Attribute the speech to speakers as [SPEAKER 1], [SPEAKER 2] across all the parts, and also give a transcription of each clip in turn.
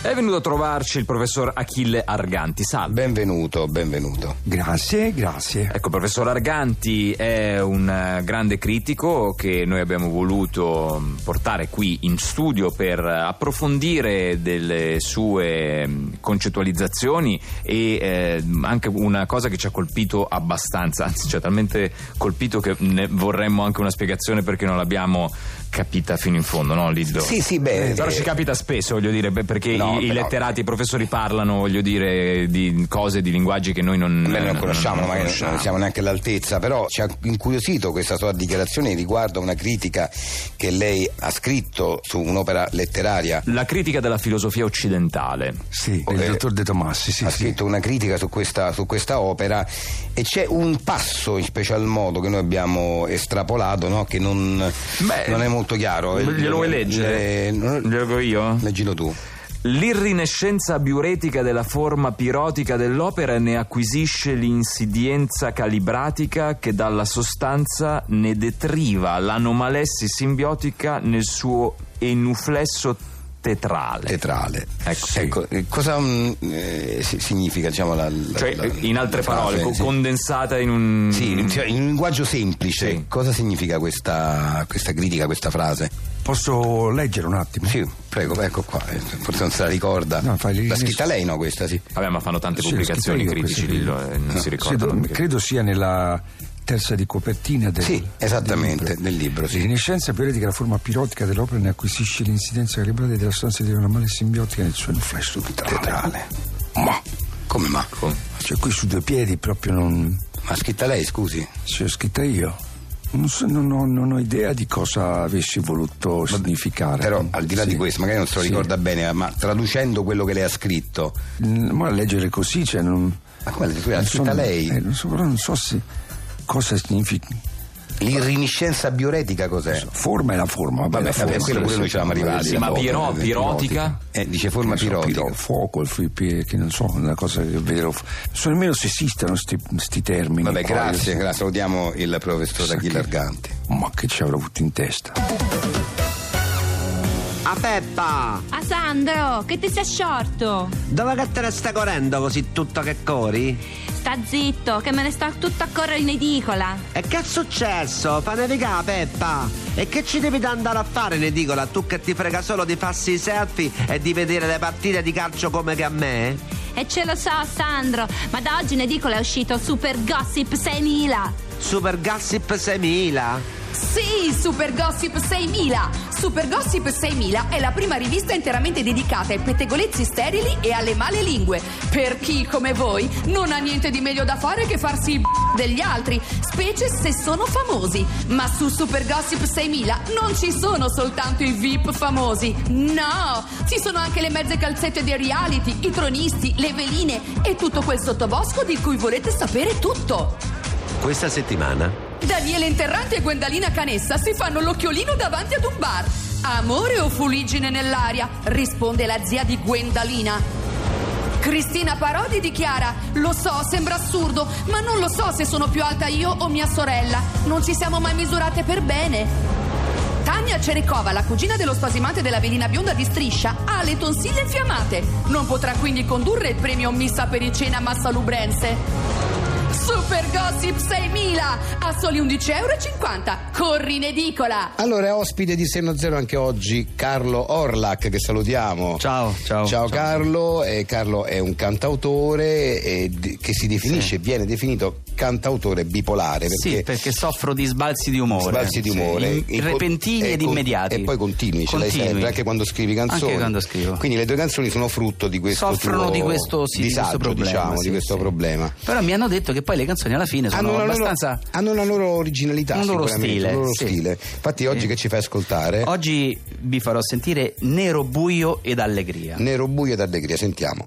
[SPEAKER 1] È venuto a trovarci il professor Achille Arganti. Salve.
[SPEAKER 2] Benvenuto, benvenuto.
[SPEAKER 3] Grazie, grazie.
[SPEAKER 1] Ecco, professor Arganti è un eh, grande critico che noi abbiamo voluto mh, portare qui in studio per eh, approfondire delle sue mh, concettualizzazioni e eh, mh, anche una cosa che ci ha colpito abbastanza, anzi ci ha talmente colpito che ne vorremmo anche una spiegazione perché non l'abbiamo capita fino in fondo, no Lido?
[SPEAKER 2] Sì, sì, beh.
[SPEAKER 1] Però
[SPEAKER 2] eh,
[SPEAKER 1] ci capita spesso, voglio dire, beh, perché
[SPEAKER 2] No,
[SPEAKER 1] i, i
[SPEAKER 2] però-
[SPEAKER 1] letterati, i professori parlano, voglio dire, di cose, di linguaggi che noi non,
[SPEAKER 2] eh, Beh,
[SPEAKER 1] non-
[SPEAKER 2] non conosciamo,
[SPEAKER 1] non
[SPEAKER 2] magari
[SPEAKER 1] conosciamo.
[SPEAKER 2] non siamo neanche all'altezza, però ci ha incuriosito questa sua dichiarazione riguardo a una critica che lei ha scritto su un'opera letteraria.
[SPEAKER 1] La critica della filosofia occidentale.
[SPEAKER 3] Sì,
[SPEAKER 2] Eh,
[SPEAKER 3] del dottor De Tomassi, sì,
[SPEAKER 2] ha
[SPEAKER 3] sì.
[SPEAKER 2] scritto una critica su questa, su questa opera e c'è un passo in special modo che noi abbiamo estrapolato no? che non,
[SPEAKER 1] Beh,
[SPEAKER 2] non è molto chiaro.
[SPEAKER 1] Glielo vuoi leggere?
[SPEAKER 2] Eh, non-
[SPEAKER 1] Glielo dico io?
[SPEAKER 2] Leggilo tu.
[SPEAKER 1] L'irrinescenza biuretica della forma pirotica dell'opera ne acquisisce l'insidienza calibratica che dalla sostanza ne detriva l'anomalessi simbiotica nel suo enuflesso tetrale.
[SPEAKER 2] Tetrale.
[SPEAKER 1] Ecco, sì.
[SPEAKER 2] Ecco, eh, cosa mm, eh, si- significa diciamo, la, la-
[SPEAKER 1] cioè,
[SPEAKER 2] la-
[SPEAKER 1] in altre
[SPEAKER 2] la frase,
[SPEAKER 1] parole, co-
[SPEAKER 2] sì.
[SPEAKER 1] condensata in un...
[SPEAKER 2] Sì, cioè, in un linguaggio semplice,
[SPEAKER 1] Sì.
[SPEAKER 2] cosa significa questa, questa critica, questa frase?
[SPEAKER 3] Posso leggere un attimo?
[SPEAKER 2] Sì, prego, ecco qua, eh, forse non se la ricorda.
[SPEAKER 3] No, fai
[SPEAKER 2] L'ha
[SPEAKER 3] l'inizio.
[SPEAKER 2] scritta lei, no, questa, sì.
[SPEAKER 1] Vabbè, ma fanno tante
[SPEAKER 3] Sì,
[SPEAKER 1] pubblicazioni
[SPEAKER 3] l'ho scritto io
[SPEAKER 1] critici,
[SPEAKER 3] questo
[SPEAKER 1] Lillo,
[SPEAKER 3] qui.
[SPEAKER 1] eh, non
[SPEAKER 3] No,
[SPEAKER 1] si
[SPEAKER 3] sì,
[SPEAKER 1] ricordano.
[SPEAKER 3] do-
[SPEAKER 1] perché-
[SPEAKER 3] credo sia nella terza di copertina del,
[SPEAKER 2] Sì, esattamente,
[SPEAKER 3] del libro.
[SPEAKER 2] del libro, sì.
[SPEAKER 3] L'irrinescenza periodica, la forma pirotica dell'opera ne acquisisce l'insidenza calibrata della sostanza di una male simbiotica nel suo inflesso tetrale.
[SPEAKER 2] Tetrale. Ma, come ma?
[SPEAKER 1] Ecco.
[SPEAKER 3] Cioè qui su due piedi proprio non...
[SPEAKER 2] Ma scritta lei, scusi.
[SPEAKER 3] Se ho scritta io. Non, so- non ho, non ho idea di cosa avessi voluto significare.
[SPEAKER 2] Però al di là
[SPEAKER 3] Sì.
[SPEAKER 2] di questo, magari non se lo
[SPEAKER 3] Sì.
[SPEAKER 2] ricorda bene, ma traducendo quello che lei ha scritto,
[SPEAKER 3] Mm, Ma leggere così, cioè non.
[SPEAKER 2] Ma come l'ha
[SPEAKER 3] non
[SPEAKER 2] scritta lei?
[SPEAKER 3] eh, non so, però non so se- cosa significa.
[SPEAKER 2] l'irriniscenza bioretica cos'è?
[SPEAKER 3] Forma è la forma, vabbè,
[SPEAKER 2] Vabbè,
[SPEAKER 3] la forma,
[SPEAKER 2] vabbè, quello pure
[SPEAKER 3] sì,
[SPEAKER 2] noi ci eravamo
[SPEAKER 3] sì,
[SPEAKER 2] arrivati.
[SPEAKER 3] sì,
[SPEAKER 1] ma
[SPEAKER 2] dopo,
[SPEAKER 1] piro-
[SPEAKER 2] eh,
[SPEAKER 1] pirotica?
[SPEAKER 2] Eh, dice forma
[SPEAKER 3] che ne so,
[SPEAKER 2] pirotica.
[SPEAKER 3] piro- fuoco, il flippy, che non so, una cosa che vedo. So nemmeno se esistono questi termini.
[SPEAKER 2] Vabbè,
[SPEAKER 3] poi,
[SPEAKER 2] grazie,
[SPEAKER 3] io-
[SPEAKER 2] grazie. Salutiamo il professor
[SPEAKER 3] Sa
[SPEAKER 2] Achille
[SPEAKER 3] che-
[SPEAKER 2] Arganti.
[SPEAKER 3] Ma che ci avrò avuto in testa?
[SPEAKER 4] A Peppa,
[SPEAKER 5] A Ah, Sandro, che ti sei sciorto?
[SPEAKER 4] dove che te ne stai correndo così tutto che corri?
[SPEAKER 5] Sta zitto, che me ne sto tutto a correre in edicola.
[SPEAKER 4] E che è successo? Panevica Peppa! E che ci devi andare a fare in edicola tu che ti frega solo di farsi i selfie e di vedere le partite di calcio come che a me?
[SPEAKER 5] E ce lo so, Sandro, ma da oggi in edicola è uscito Super Gossip 6000.
[SPEAKER 4] Super Gossip 6000?
[SPEAKER 6] Sì, Super Gossip 6000! Super Gossip 6000 è la prima rivista interamente dedicata ai pettegolezzi sterili e alle male lingue. Per chi, come voi, non ha niente di meglio da fare che farsi i b- degli altri, specie se sono famosi. Ma su Super Gossip 6000 non ci sono soltanto i VIP famosi, no! Ci sono anche le mezze calzette dei reality, i tronisti, le veline e tutto quel sottobosco di cui volete sapere tutto.
[SPEAKER 4] Questa settimana?
[SPEAKER 6] Daniele Interrante e Gwendalina Canessa si fanno l'occhiolino davanti ad un bar. Amore o fuligine nell'aria? risponde la zia di Gwendalina. Cristina Parodi dichiara: Lo so, sembra assurdo, ma non lo so se sono più alta io o mia sorella. Non ci siamo mai misurate per bene. Tania Cerecova, la cugina dello spasimante della velina bionda di Striscia, ha le tonsille infiammate. Non potrà quindi condurre il premio Missa Pericena Massa Lubrense. Super Gossip 6000 a soli 11,50 euro. Corri in edicola!
[SPEAKER 2] Allora, è ospite di Seno Zero anche oggi Carlo Orlac, che salutiamo.
[SPEAKER 7] Ciao, ciao.
[SPEAKER 2] Ciao Carlo, eh, Carlo è un cantautore eh, di- che si definisce, viene definito cantautore bipolare. Perché
[SPEAKER 7] Sì, perché soffro di sbalzi di umore.
[SPEAKER 2] Sbalzi di
[SPEAKER 7] Sì,
[SPEAKER 2] umore, eh,
[SPEAKER 7] in- repentini ed immediati.
[SPEAKER 2] E poi continui, ce l'hai
[SPEAKER 7] Continui.
[SPEAKER 2] sempre, anche quando scrivi canzoni.
[SPEAKER 7] Anche quando scrivo.
[SPEAKER 2] Quindi le tue canzoni sono frutto di questo
[SPEAKER 7] Soffrono
[SPEAKER 2] tuo
[SPEAKER 7] di questo, sì, di questo
[SPEAKER 2] disagio,
[SPEAKER 7] problema,
[SPEAKER 2] diciamo,
[SPEAKER 7] sì,
[SPEAKER 2] di questo
[SPEAKER 7] sì.
[SPEAKER 2] problema.
[SPEAKER 7] Però mi hanno detto che poi le canzoni alla fine sono
[SPEAKER 2] hanno, una loro,
[SPEAKER 7] abbastanza.
[SPEAKER 2] hanno una loro originalità,
[SPEAKER 7] un loro
[SPEAKER 2] sicuramente,
[SPEAKER 7] stile,
[SPEAKER 2] un loro
[SPEAKER 7] sì.
[SPEAKER 2] stile. Infatti oggi
[SPEAKER 7] Sì.
[SPEAKER 2] che ci fai ascoltare?
[SPEAKER 7] Oggi vi farò sentire Nero Buio ed Allegria.
[SPEAKER 2] Nero buio ed allegria, sentiamo.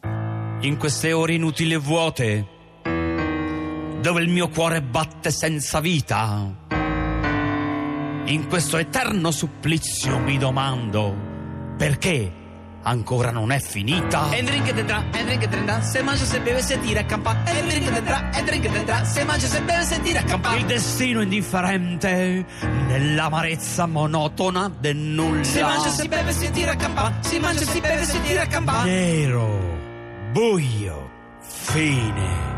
[SPEAKER 8] in queste ore inutili e vuote, dove il mio cuore batte senza vita. In questo eterno supplizio mi domando perché ancora non è finita.
[SPEAKER 9] Enrique tendrá, Enrique tendrá, se mangia, se beve, se tira a campa. Enrique tendrá, Enrique tendrà, se mangia, se beve, se tira a campa.
[SPEAKER 8] Il destino indifferente nell'amarezza monotona del nulla.
[SPEAKER 9] Si mangia, si beve, si tira a campa. Si mangia, si beve, si tira a campa.
[SPEAKER 8] Nero, buio, fine.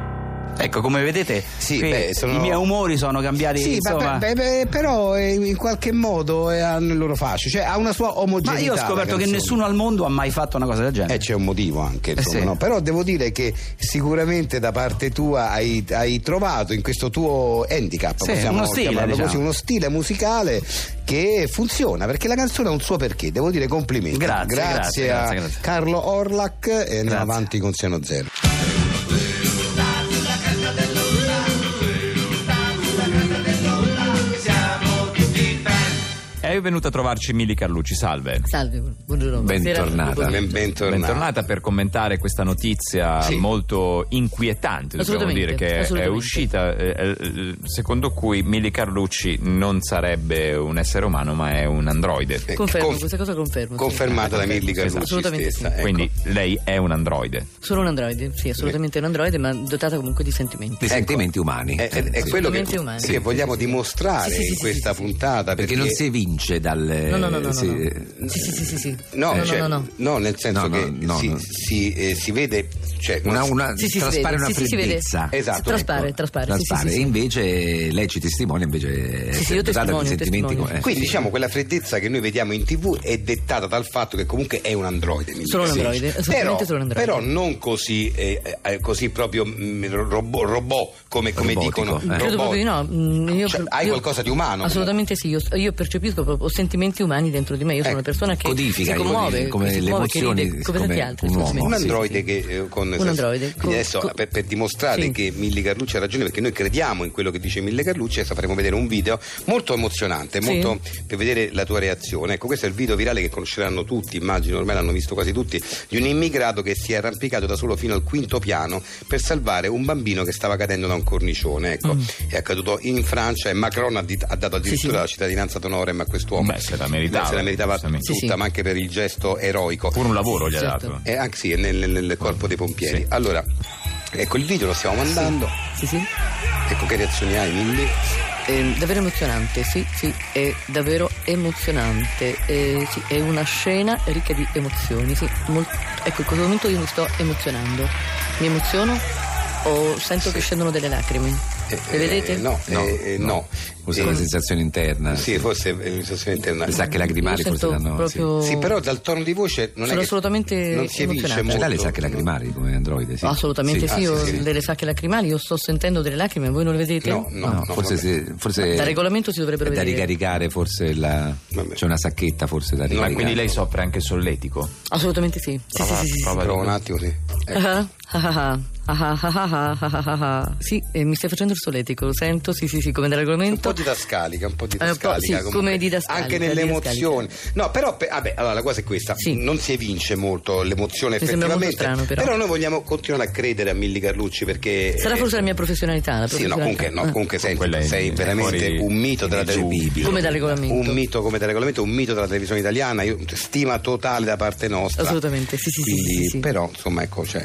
[SPEAKER 7] Ecco, come vedete,
[SPEAKER 2] Sì,
[SPEAKER 7] qui
[SPEAKER 2] beh, sono-
[SPEAKER 7] i miei umori sono cambiati.
[SPEAKER 10] Sì,
[SPEAKER 7] insomma.
[SPEAKER 10] vabbè, beh, beh, però eh, in qualche modo eh, hanno il loro fascio, cioè ha una sua omogeneità.
[SPEAKER 7] Ma io ho
[SPEAKER 10] la
[SPEAKER 7] scoperto che
[SPEAKER 10] canzone.
[SPEAKER 7] nessuno al mondo ha mai fatto una cosa del genere.
[SPEAKER 10] Eh,
[SPEAKER 2] E c'è un motivo anche, insomma,
[SPEAKER 7] sì.
[SPEAKER 2] no?
[SPEAKER 10] No, però devo dire che sicuramente da parte tua hai, hai trovato in questo tuo handicap,
[SPEAKER 7] Sì,
[SPEAKER 10] possiamo
[SPEAKER 7] uno stile,
[SPEAKER 10] chiamarlo così,
[SPEAKER 7] diciamo.
[SPEAKER 10] uno stile musicale che funziona perché la canzone ha un suo perché. Devo dire complimenti.
[SPEAKER 7] Grazie, grazie,
[SPEAKER 10] a
[SPEAKER 7] grazie, grazie.
[SPEAKER 10] Carlo Orlac e andiamo avanti con Seno Zero.
[SPEAKER 1] È venuta a trovarci Mili Carlucci, salve.
[SPEAKER 11] Salve, buongiorno.
[SPEAKER 1] Bentornata.
[SPEAKER 2] Ben- bentornata.
[SPEAKER 1] Bentornata per commentare questa notizia
[SPEAKER 2] Sì.
[SPEAKER 1] molto inquietante, dobbiamo dire,
[SPEAKER 11] Assolutamente,
[SPEAKER 1] che è
[SPEAKER 11] assolutamente.
[SPEAKER 1] uscita, eh, eh, secondo cui Mili Carlucci non sarebbe un essere umano ma è un androide.
[SPEAKER 2] Eh,
[SPEAKER 11] Confermo,
[SPEAKER 2] conf-
[SPEAKER 11] questa cosa confermo, sì.
[SPEAKER 2] Confermata da Milli
[SPEAKER 1] Esatto.
[SPEAKER 2] Carlucci
[SPEAKER 11] Assolutamente
[SPEAKER 2] stessa.
[SPEAKER 11] sì.
[SPEAKER 2] ecco.
[SPEAKER 1] Quindi lei è un androide.
[SPEAKER 11] Sono un androide, sì, assolutamente un androide, ma dotata comunque di sentimenti.
[SPEAKER 9] Dei
[SPEAKER 2] Ecco.
[SPEAKER 9] sentimenti umani.
[SPEAKER 2] È, è- è
[SPEAKER 9] Sì.
[SPEAKER 2] quello che,
[SPEAKER 11] Sentimenti umani.
[SPEAKER 2] che
[SPEAKER 11] Sì, sì,
[SPEAKER 2] vogliamo dimostrare
[SPEAKER 11] Sì, sì, sì,
[SPEAKER 2] in
[SPEAKER 11] sì,
[SPEAKER 2] questa
[SPEAKER 11] sì, sì.
[SPEAKER 2] puntata.
[SPEAKER 9] Perché non si evince dalle.
[SPEAKER 11] No, no, no, no, no,
[SPEAKER 3] eh,
[SPEAKER 9] sì.
[SPEAKER 11] no. Sì, sì, sì, sì, sì.
[SPEAKER 2] No,
[SPEAKER 11] no,
[SPEAKER 2] cioè,
[SPEAKER 11] no, no.
[SPEAKER 2] no, nel senso
[SPEAKER 9] No, no,
[SPEAKER 2] che
[SPEAKER 9] no,
[SPEAKER 2] si,
[SPEAKER 9] no.
[SPEAKER 2] si, eh, si vede, cioè,
[SPEAKER 9] Una, una,
[SPEAKER 11] Sì, sì, si
[SPEAKER 9] traspare
[SPEAKER 11] vede,
[SPEAKER 9] una
[SPEAKER 11] sì, sì, si vede.
[SPEAKER 9] freddezza.
[SPEAKER 2] Esatto,
[SPEAKER 11] Traspare,
[SPEAKER 9] Ecco,
[SPEAKER 11] traspare, sì, sì,
[SPEAKER 9] traspare.
[SPEAKER 11] sì, sì.
[SPEAKER 9] E invece lei ci testimonia, invece
[SPEAKER 11] Sì, sì,
[SPEAKER 9] è dotata
[SPEAKER 11] io
[SPEAKER 9] di
[SPEAKER 11] testimonio,
[SPEAKER 9] sentimenti.
[SPEAKER 11] testimonio.
[SPEAKER 9] eh.
[SPEAKER 2] Quindi diciamo quella freddezza che noi vediamo in tv è dettata dal fatto che comunque è un androide. mi
[SPEAKER 11] Solo un
[SPEAKER 2] dice.
[SPEAKER 11] androide, assolutamente
[SPEAKER 2] Però,
[SPEAKER 11] solo un androide.
[SPEAKER 2] però non così, eh, eh, così proprio mm, robo- robot come, come
[SPEAKER 9] Robotico,
[SPEAKER 2] dicono.
[SPEAKER 9] eh.
[SPEAKER 11] Credo
[SPEAKER 2] robot.
[SPEAKER 11] proprio di no. mm, io-
[SPEAKER 2] Cioè, hai
[SPEAKER 11] io-
[SPEAKER 2] qualcosa di umano?
[SPEAKER 11] Assolutamente sì, io, io percepisco proprio ho sentimenti umani dentro di me, io sono
[SPEAKER 2] Ecco,
[SPEAKER 11] una persona che
[SPEAKER 9] codifica,
[SPEAKER 11] si commuove,
[SPEAKER 9] codifica, come
[SPEAKER 11] che si
[SPEAKER 9] le
[SPEAKER 11] muove, che
[SPEAKER 9] emozioni,
[SPEAKER 11] ride, come tanti
[SPEAKER 9] come
[SPEAKER 11] altri.
[SPEAKER 9] un uomo.
[SPEAKER 11] assolutamente.
[SPEAKER 2] un
[SPEAKER 11] Sì,
[SPEAKER 2] androide
[SPEAKER 11] sì.
[SPEAKER 2] che eh, con
[SPEAKER 11] Un androide.
[SPEAKER 2] quindi adesso
[SPEAKER 11] Co- co-
[SPEAKER 2] per, per dimostrare
[SPEAKER 11] Sì.
[SPEAKER 2] che Milli Carlucci ha ragione perché noi crediamo in quello che dice Milli Carlucci adesso faremo vedere un video molto emozionante
[SPEAKER 11] Sì.
[SPEAKER 2] molto per vedere la tua reazione ecco questo è il video virale che conosceranno tutti immagino ormai l'hanno visto quasi tutti di un immigrato che si è arrampicato da solo fino al quinto piano per salvare un bambino che stava cadendo da un cornicione ecco è accaduto in Francia e Macron ha, dit- ha dato addirittura
[SPEAKER 11] Mm. sì.
[SPEAKER 2] la cittadinanza d'onore ma a quest'uomo
[SPEAKER 1] Beh, se la meritava,
[SPEAKER 2] se la meritava tutta
[SPEAKER 1] giustamente.
[SPEAKER 11] Sì, sì.
[SPEAKER 2] ma anche per il gesto eroico
[SPEAKER 1] Pure un lavoro gli ha
[SPEAKER 11] Certo.
[SPEAKER 1] dato.
[SPEAKER 2] eh, anche sì, nel, nel corpo dei pompieri.
[SPEAKER 1] Sì.
[SPEAKER 2] Allora, ecco il video lo stiamo mandando.
[SPEAKER 11] Sì, sì.
[SPEAKER 2] Ecco che reazioni hai, Milli?
[SPEAKER 11] È davvero emozionante, sì, sì, è davvero emozionante. eh, sì, è una scena ricca di emozioni, sì. mol- ecco, in questo momento io mi sto emozionando. Mi emoziono o sento che scendono delle lacrime.
[SPEAKER 2] Eh,
[SPEAKER 11] Le vedete?
[SPEAKER 2] eh, no, eh,
[SPEAKER 9] No,
[SPEAKER 2] eh, no.
[SPEAKER 9] Questa
[SPEAKER 2] Eh,
[SPEAKER 9] è una sensazione interna.
[SPEAKER 2] Sì, forse è una sensazione interna.
[SPEAKER 9] Le sacche
[SPEAKER 11] Io
[SPEAKER 9] lacrimali forse
[SPEAKER 11] sento
[SPEAKER 9] danno.
[SPEAKER 11] proprio...
[SPEAKER 2] Sì, però dal tono di voce non è
[SPEAKER 11] Sono
[SPEAKER 2] che
[SPEAKER 11] assolutamente
[SPEAKER 2] non si evince
[SPEAKER 11] emozionata.
[SPEAKER 9] Sì.
[SPEAKER 2] molto.
[SPEAKER 9] Ce
[SPEAKER 3] Cioè,
[SPEAKER 9] l'ha le sacche lacrimali come androide? Sì.
[SPEAKER 11] Assolutamente sì,
[SPEAKER 2] ah,
[SPEAKER 11] ho
[SPEAKER 2] sì, sì.
[SPEAKER 11] delle sacche lacrimali, io sto sentendo delle lacrime, voi non le vedete?
[SPEAKER 2] No,
[SPEAKER 3] Ah,
[SPEAKER 2] no,
[SPEAKER 9] No,
[SPEAKER 2] no,
[SPEAKER 9] forse,
[SPEAKER 2] vabbè.
[SPEAKER 9] se- forse
[SPEAKER 11] Da regolamento si
[SPEAKER 9] è
[SPEAKER 11] dovrebbero
[SPEAKER 9] da
[SPEAKER 11] vedere.
[SPEAKER 9] ricaricare, forse la-
[SPEAKER 2] Vabbè.
[SPEAKER 9] c'è una sacchetta forse da
[SPEAKER 1] Ma
[SPEAKER 9] ricaricare.
[SPEAKER 1] quindi lei soffre anche solletico?
[SPEAKER 11] Assolutamente sì. Sì,
[SPEAKER 1] Prova-
[SPEAKER 11] sì, sì, sì, sì.
[SPEAKER 1] prova
[SPEAKER 2] Prova un attimo, sì. Ecco.
[SPEAKER 11] Ah, ah, ah, ah, ah, ah, ah, ah. Sì, eh, mi stai facendo il soletico, lo sento, sì, sì, sì, come da
[SPEAKER 2] un po'
[SPEAKER 11] regolamento.
[SPEAKER 2] didascalica, un po'
[SPEAKER 11] Eh, po'
[SPEAKER 2] didascalica.
[SPEAKER 11] sì,
[SPEAKER 2] comunque.
[SPEAKER 11] come didascalica,
[SPEAKER 2] Anche nelle
[SPEAKER 11] didascalica.
[SPEAKER 2] emozioni. No, però, pe- vabbè, allora la cosa è questa:
[SPEAKER 11] Sì.
[SPEAKER 2] non si evince molto l'emozione
[SPEAKER 11] Mi sembra molto
[SPEAKER 2] effettivamente.
[SPEAKER 11] strano, però.
[SPEAKER 2] noi vogliamo continuare a credere a Milli Carlucci perché.
[SPEAKER 11] Sarà
[SPEAKER 2] eh,
[SPEAKER 11] forse la mia professionalità, la
[SPEAKER 2] Sì, no,
[SPEAKER 11] professionalità. Ah,
[SPEAKER 2] comunque, no, comunque senti,
[SPEAKER 1] Ah. Quella è-
[SPEAKER 2] sei
[SPEAKER 1] è
[SPEAKER 2] veramente
[SPEAKER 1] fuori-
[SPEAKER 2] un mito della
[SPEAKER 9] ineccepibile.
[SPEAKER 2] televisione.
[SPEAKER 11] Come da regolamento.
[SPEAKER 2] Un mito come da regolamento, un mito della televisione italiana, io- stima totale da parte
[SPEAKER 11] Ah,
[SPEAKER 2] nostra.
[SPEAKER 11] Assolutamente, sì, sì, sì,
[SPEAKER 2] Quindi,
[SPEAKER 11] sì, sì, sì.
[SPEAKER 2] però, insomma, ecco, c'è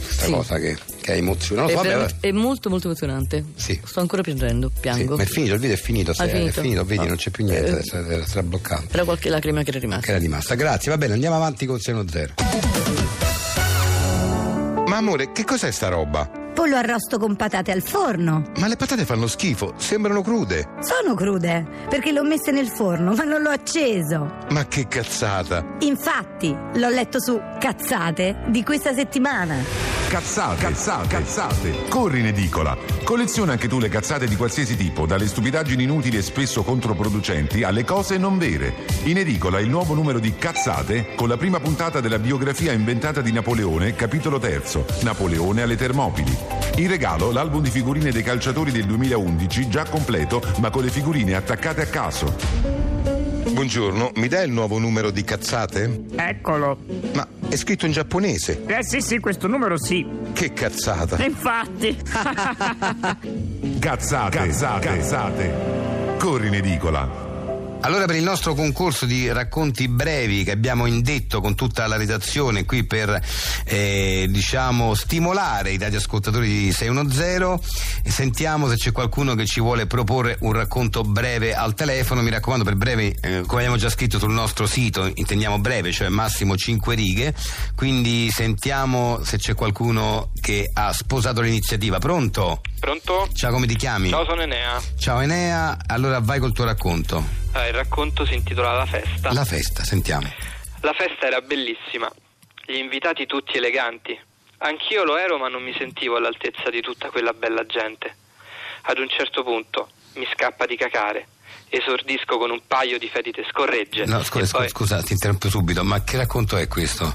[SPEAKER 2] questa
[SPEAKER 11] Sì.
[SPEAKER 2] cosa che, che è emozionante.
[SPEAKER 11] è,
[SPEAKER 2] Non so, vabbè,
[SPEAKER 11] veramente- è molto molto emozionante.
[SPEAKER 2] Sì.
[SPEAKER 11] Sto ancora piangendo,
[SPEAKER 2] sì,
[SPEAKER 11] piango.
[SPEAKER 2] ma è finito, il video è finito,
[SPEAKER 11] Ah,
[SPEAKER 2] se-
[SPEAKER 11] è finito?
[SPEAKER 2] è finito, vedi,
[SPEAKER 11] Ah.
[SPEAKER 2] non c'è più niente,
[SPEAKER 11] Eh.
[SPEAKER 2] adesso era strabloccato.
[SPEAKER 11] Però qualche lacrima che era
[SPEAKER 2] che
[SPEAKER 11] rimasta.
[SPEAKER 2] era rimasta. Grazie, va bene, andiamo avanti con Seno Zero.
[SPEAKER 10] Ma amore, che cos'è sta roba?
[SPEAKER 12] Pollo arrosto con patate al forno.
[SPEAKER 10] Ma le patate fanno schifo, sembrano crude.
[SPEAKER 12] Sono crude, perché le ho messe nel forno, ma non l'ho acceso.
[SPEAKER 10] Ma che cazzata!
[SPEAKER 12] Infatti, l'ho letto su Cazzate di questa settimana.
[SPEAKER 10] Cazzate, cazzate, cazzate. Corri in edicola. Colleziona anche tu le cazzate di qualsiasi tipo, dalle stupidaggini inutili e spesso controproducenti alle cose non vere. In edicola il nuovo numero di Cazzate con la prima puntata della biografia inventata di Napoleone, capitolo terzo, Napoleone alle Termopili. In regalo l'album di figurine dei calciatori del 2011, già completo, ma con le figurine attaccate a caso. Buongiorno, mi dai il nuovo numero di cazzate?
[SPEAKER 12] Eccolo.
[SPEAKER 10] Ma è scritto in giapponese.
[SPEAKER 12] Eh sì, sì, questo numero sì.
[SPEAKER 10] Che cazzata!
[SPEAKER 12] Infatti.
[SPEAKER 10] Cazzate, cazzate, cazzate. Corri in edicola.
[SPEAKER 2] Allora per il nostro concorso di racconti brevi che abbiamo indetto con tutta la redazione qui per eh, diciamo stimolare i radioascoltatori di 610 sentiamo se c'è qualcuno che ci vuole proporre un racconto breve al telefono mi raccomando per breve eh, come abbiamo già scritto sul nostro sito intendiamo breve cioè massimo 5 righe quindi sentiamo se c'è qualcuno che ha sposato l'iniziativa pronto?
[SPEAKER 13] Pronto?
[SPEAKER 2] Ciao come ti chiami?
[SPEAKER 13] Ciao, sono Enea.
[SPEAKER 2] Ciao Enea allora vai col tuo racconto
[SPEAKER 13] Eh, il racconto si intitola La festa.
[SPEAKER 2] la festa sentiamo
[SPEAKER 13] La festa era bellissima, gli invitati tutti eleganti. Anch'io lo ero, ma non mi sentivo all'altezza di tutta quella bella gente. Ad un certo punto mi scappa di cacare, esordisco con un paio di fetite scorregge.
[SPEAKER 2] No, scusa,
[SPEAKER 13] e
[SPEAKER 2] scusa,
[SPEAKER 13] poi-
[SPEAKER 2] scusa, ti interrompo subito, ma che racconto è questo?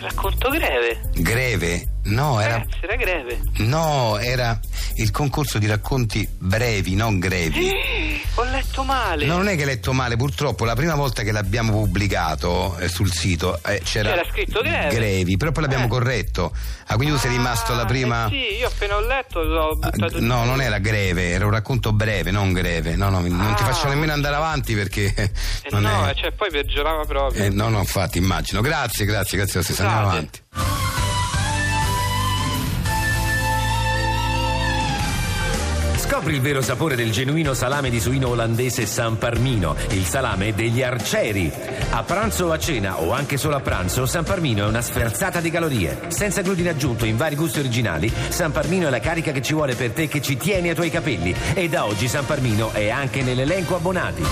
[SPEAKER 13] Racconto greve.
[SPEAKER 2] Greve? No, era.
[SPEAKER 13] Ragazzi, era greve.
[SPEAKER 2] No, era il concorso di racconti brevi, non grevi.
[SPEAKER 13] Eh. Ho letto male.
[SPEAKER 2] No, non è che hai letto male, purtroppo la prima volta che l'abbiamo pubblicato eh, sul sito eh, c'era,
[SPEAKER 13] C'era scritto greve.
[SPEAKER 2] Grevi, però poi l'abbiamo corretto. Ah, quindi tu sei rimasto alla prima. Ah,
[SPEAKER 13] Eh sì, io appena ho letto l'ho buttato giù.
[SPEAKER 2] No, non era greve, era un racconto breve, non greve. No, no, non ti faccio nemmeno andare avanti perché eh,
[SPEAKER 13] Ah. Eh
[SPEAKER 2] non
[SPEAKER 13] no,
[SPEAKER 2] è.
[SPEAKER 13] eh, cioè poi peggiorava proprio.
[SPEAKER 2] Eh, no, no, infatti, immagino. Grazie, grazie, grazie. Sì, Andiamo
[SPEAKER 13] Scusate.
[SPEAKER 2] avanti.
[SPEAKER 14] Scopri il vero sapore del genuino salame di suino olandese San Parmino, il salame degli arcieri. A pranzo o a cena, o anche solo a pranzo, San Parmino è una sferzata di calorie. Senza glutine aggiunto in vari gusti originali, San Parmino è la carica che ci vuole per te che ci tieni ai tuoi capelli. E da oggi San Parmino è anche nell'elenco abbonati.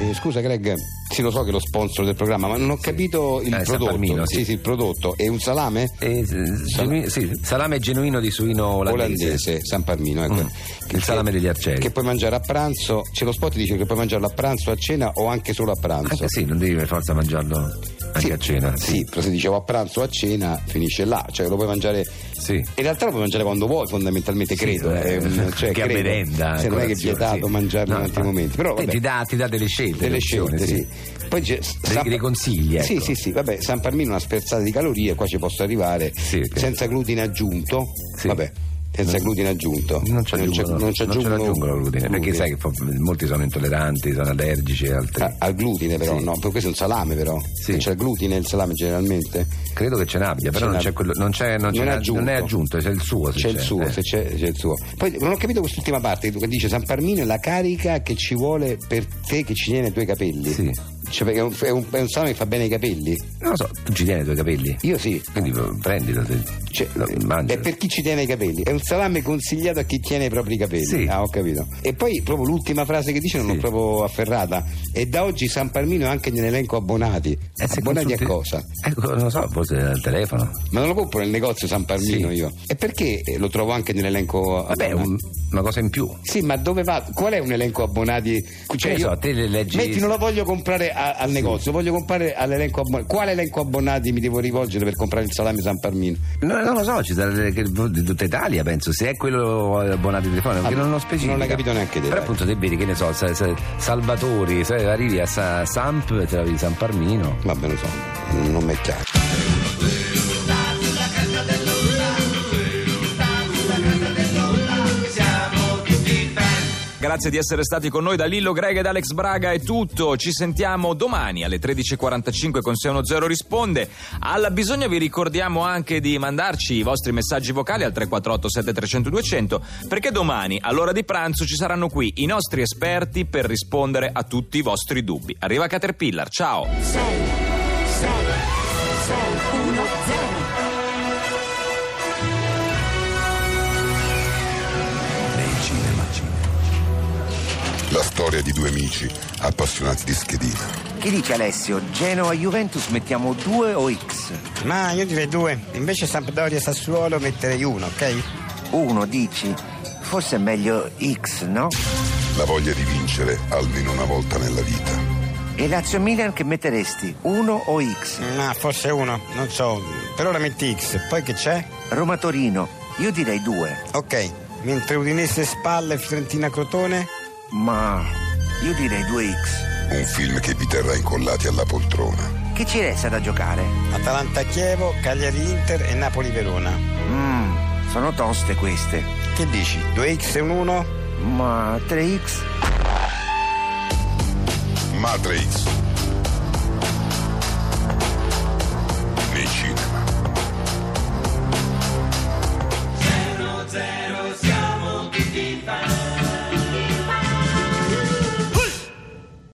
[SPEAKER 2] Eh, scusa Greg, sì lo so che è lo sponsor del programma, ma non ho capito il
[SPEAKER 15] Eh, San
[SPEAKER 2] prodotto.
[SPEAKER 15] Palmino, sì.
[SPEAKER 2] sì, il prodotto è un salame?
[SPEAKER 15] eh, Genuino- sì, salame genuino di suino olandese. Mm.
[SPEAKER 2] Olandese, San Parmino,
[SPEAKER 3] Mm.
[SPEAKER 2] ecco.
[SPEAKER 15] Il salame degli arcieri.
[SPEAKER 2] Che puoi mangiare a pranzo, c'è lo spot che dice che puoi mangiarlo a pranzo, a cena o anche solo a pranzo.
[SPEAKER 15] Anche sì, non devi per forza mangiarlo anche a cena.
[SPEAKER 2] Sì, però se dicevo a pranzo o a cena finisce là, cioè lo puoi mangiare. In realtà lo puoi mangiare quando vuoi, fondamentalmente,
[SPEAKER 15] Sì,
[SPEAKER 2] credo.
[SPEAKER 15] eh,
[SPEAKER 2] è un- cioè,
[SPEAKER 15] che a
[SPEAKER 2] credo.
[SPEAKER 15] merenda,
[SPEAKER 2] Se non è che è
[SPEAKER 15] colazione,
[SPEAKER 2] vietato
[SPEAKER 15] sì.
[SPEAKER 2] mangiarlo
[SPEAKER 15] No,
[SPEAKER 2] in altri
[SPEAKER 15] infatti.
[SPEAKER 2] momenti. Però,
[SPEAKER 15] Te-
[SPEAKER 2] vabbè.
[SPEAKER 15] ti, dà, ti dà delle scelte.
[SPEAKER 2] delle
[SPEAKER 15] opzioni,
[SPEAKER 2] scelte, sì. Poi c'è San-
[SPEAKER 15] dei consigli, ecco.
[SPEAKER 2] Sì, sì, sì, vabbè, San Palmino è una sferzata di calorie, qua ci posso arrivare senza glutine aggiunto. Vabbè, senza glutine aggiunto.
[SPEAKER 15] Non ci
[SPEAKER 2] c'è-
[SPEAKER 15] aggiungono,
[SPEAKER 2] Certo. non ci
[SPEAKER 15] non ce
[SPEAKER 2] aggiungono
[SPEAKER 15] l'aggiungono il glutine, perché sai che fa- molti sono intolleranti, sono allergici e altri.
[SPEAKER 2] Ah, al glutine però, no, per questo è un salame però. Non C'è il glutine nel salame generalmente?
[SPEAKER 15] Credo che ce n'abbia, Eh, però
[SPEAKER 2] Ce
[SPEAKER 15] non
[SPEAKER 2] n'abbia.
[SPEAKER 15] c'è quello- non c'è- non c'è-
[SPEAKER 2] Non è
[SPEAKER 15] non è
[SPEAKER 2] aggiunto.
[SPEAKER 15] aggiunto, c'è il suo. se
[SPEAKER 2] C'è il
[SPEAKER 15] c'è,
[SPEAKER 2] suo,
[SPEAKER 15] eh.
[SPEAKER 2] se c'è, c'è il suo. Poi non ho capito quest'ultima parte che dice San Parmino è la carica che ci vuole per te che ci tiene i tuoi capelli. Sì. Cioè, perché è un, è un- è un salame che fa bene ai capelli.
[SPEAKER 15] Non lo so, tu ci tieni i tuoi capelli?
[SPEAKER 2] Io sì.
[SPEAKER 15] Quindi eh, prendilo, te- lo- mangia.
[SPEAKER 2] eh, È per chi ci tiene i capelli. È un salame consigliato a chi tiene i propri capelli. Ah, ho capito. E poi proprio l'ultima frase che dice non l'ho proprio afferrata. E da oggi San Palmino è anche nell'elenco abbonati.
[SPEAKER 15] Eh, se
[SPEAKER 2] abbonati a
[SPEAKER 15] consulti-
[SPEAKER 2] cosa?
[SPEAKER 15] Ecco, non lo so, forse al telefono.
[SPEAKER 2] Ma non lo compro nel negozio San Palmino io. E perché eh, lo trovo anche nell'elenco
[SPEAKER 15] Vabbè,
[SPEAKER 2] abbonati?
[SPEAKER 15] un- una cosa in più.
[SPEAKER 2] Sì, ma dove va? Qual è un elenco abbonati? Cioè,
[SPEAKER 15] Che ne so, te le leggi-
[SPEAKER 2] Metti, non lo voglio comprare a- al negozio, voglio comprare all'elenco abbonati. Quale elenco abbonati mi devo rivolgere per comprare il salame San Palmino?
[SPEAKER 15] No, non lo so, ci sarà che- di tutta Italia, penso, se è quello abbonato di telefono, perché
[SPEAKER 2] Ah,
[SPEAKER 15] non l'ho specifico.
[SPEAKER 2] non l'hai capito neanche te,
[SPEAKER 15] Però
[SPEAKER 2] dai.
[SPEAKER 15] appunto te vedi, che ne so, sa- sa- Salvatori, sai, arrivi a Sa- Samp, te la vedi San Parmino.
[SPEAKER 2] Vabbè, lo so, non mi è chiaro.
[SPEAKER 1] Grazie di essere stati con noi da Lillo Greg ed Alex Braga è tutto. Ci sentiamo domani alle 13.45 con 610 risponde. Alla bisogna vi ricordiamo anche di mandarci i vostri messaggi vocali al 348 7300 200 perché domani all'ora di pranzo ci saranno qui i nostri esperti per rispondere a tutti i vostri dubbi. Arriva Caterpillar, ciao.
[SPEAKER 9] 6, 6, 6, 1, 0.
[SPEAKER 16] La storia di due amici appassionati di schedina.
[SPEAKER 17] Che dice Alessio? Genoa Juventus mettiamo 2 o X? Ma io direi 2. Invece Sampdoria Sassuolo metterei 1, ok? 1 dici? Forse è meglio X, no?
[SPEAKER 16] La voglia di vincere almeno una volta nella vita.
[SPEAKER 17] E Lazio Milan che metteresti? 1 o X? Ma forse 1, non so. Per ora metti X, poi che c'è? Roma Torino, io direi 2. Ok, mentre Udinese Spalle Fiorentina Crotone? Ma io direi 2X.
[SPEAKER 16] Un film che vi terrà incollati alla poltrona.
[SPEAKER 17] Che ci resta da giocare?
[SPEAKER 18] Atalanta Chievo, Cagliari Inter e Napoli Verona.
[SPEAKER 17] Mmm, sono toste Mm, queste.
[SPEAKER 18] Che dici? 2x e 1?
[SPEAKER 2] Ma 3X?
[SPEAKER 10] Matrix. Nei cinema.
[SPEAKER 9] siamo tutti fan.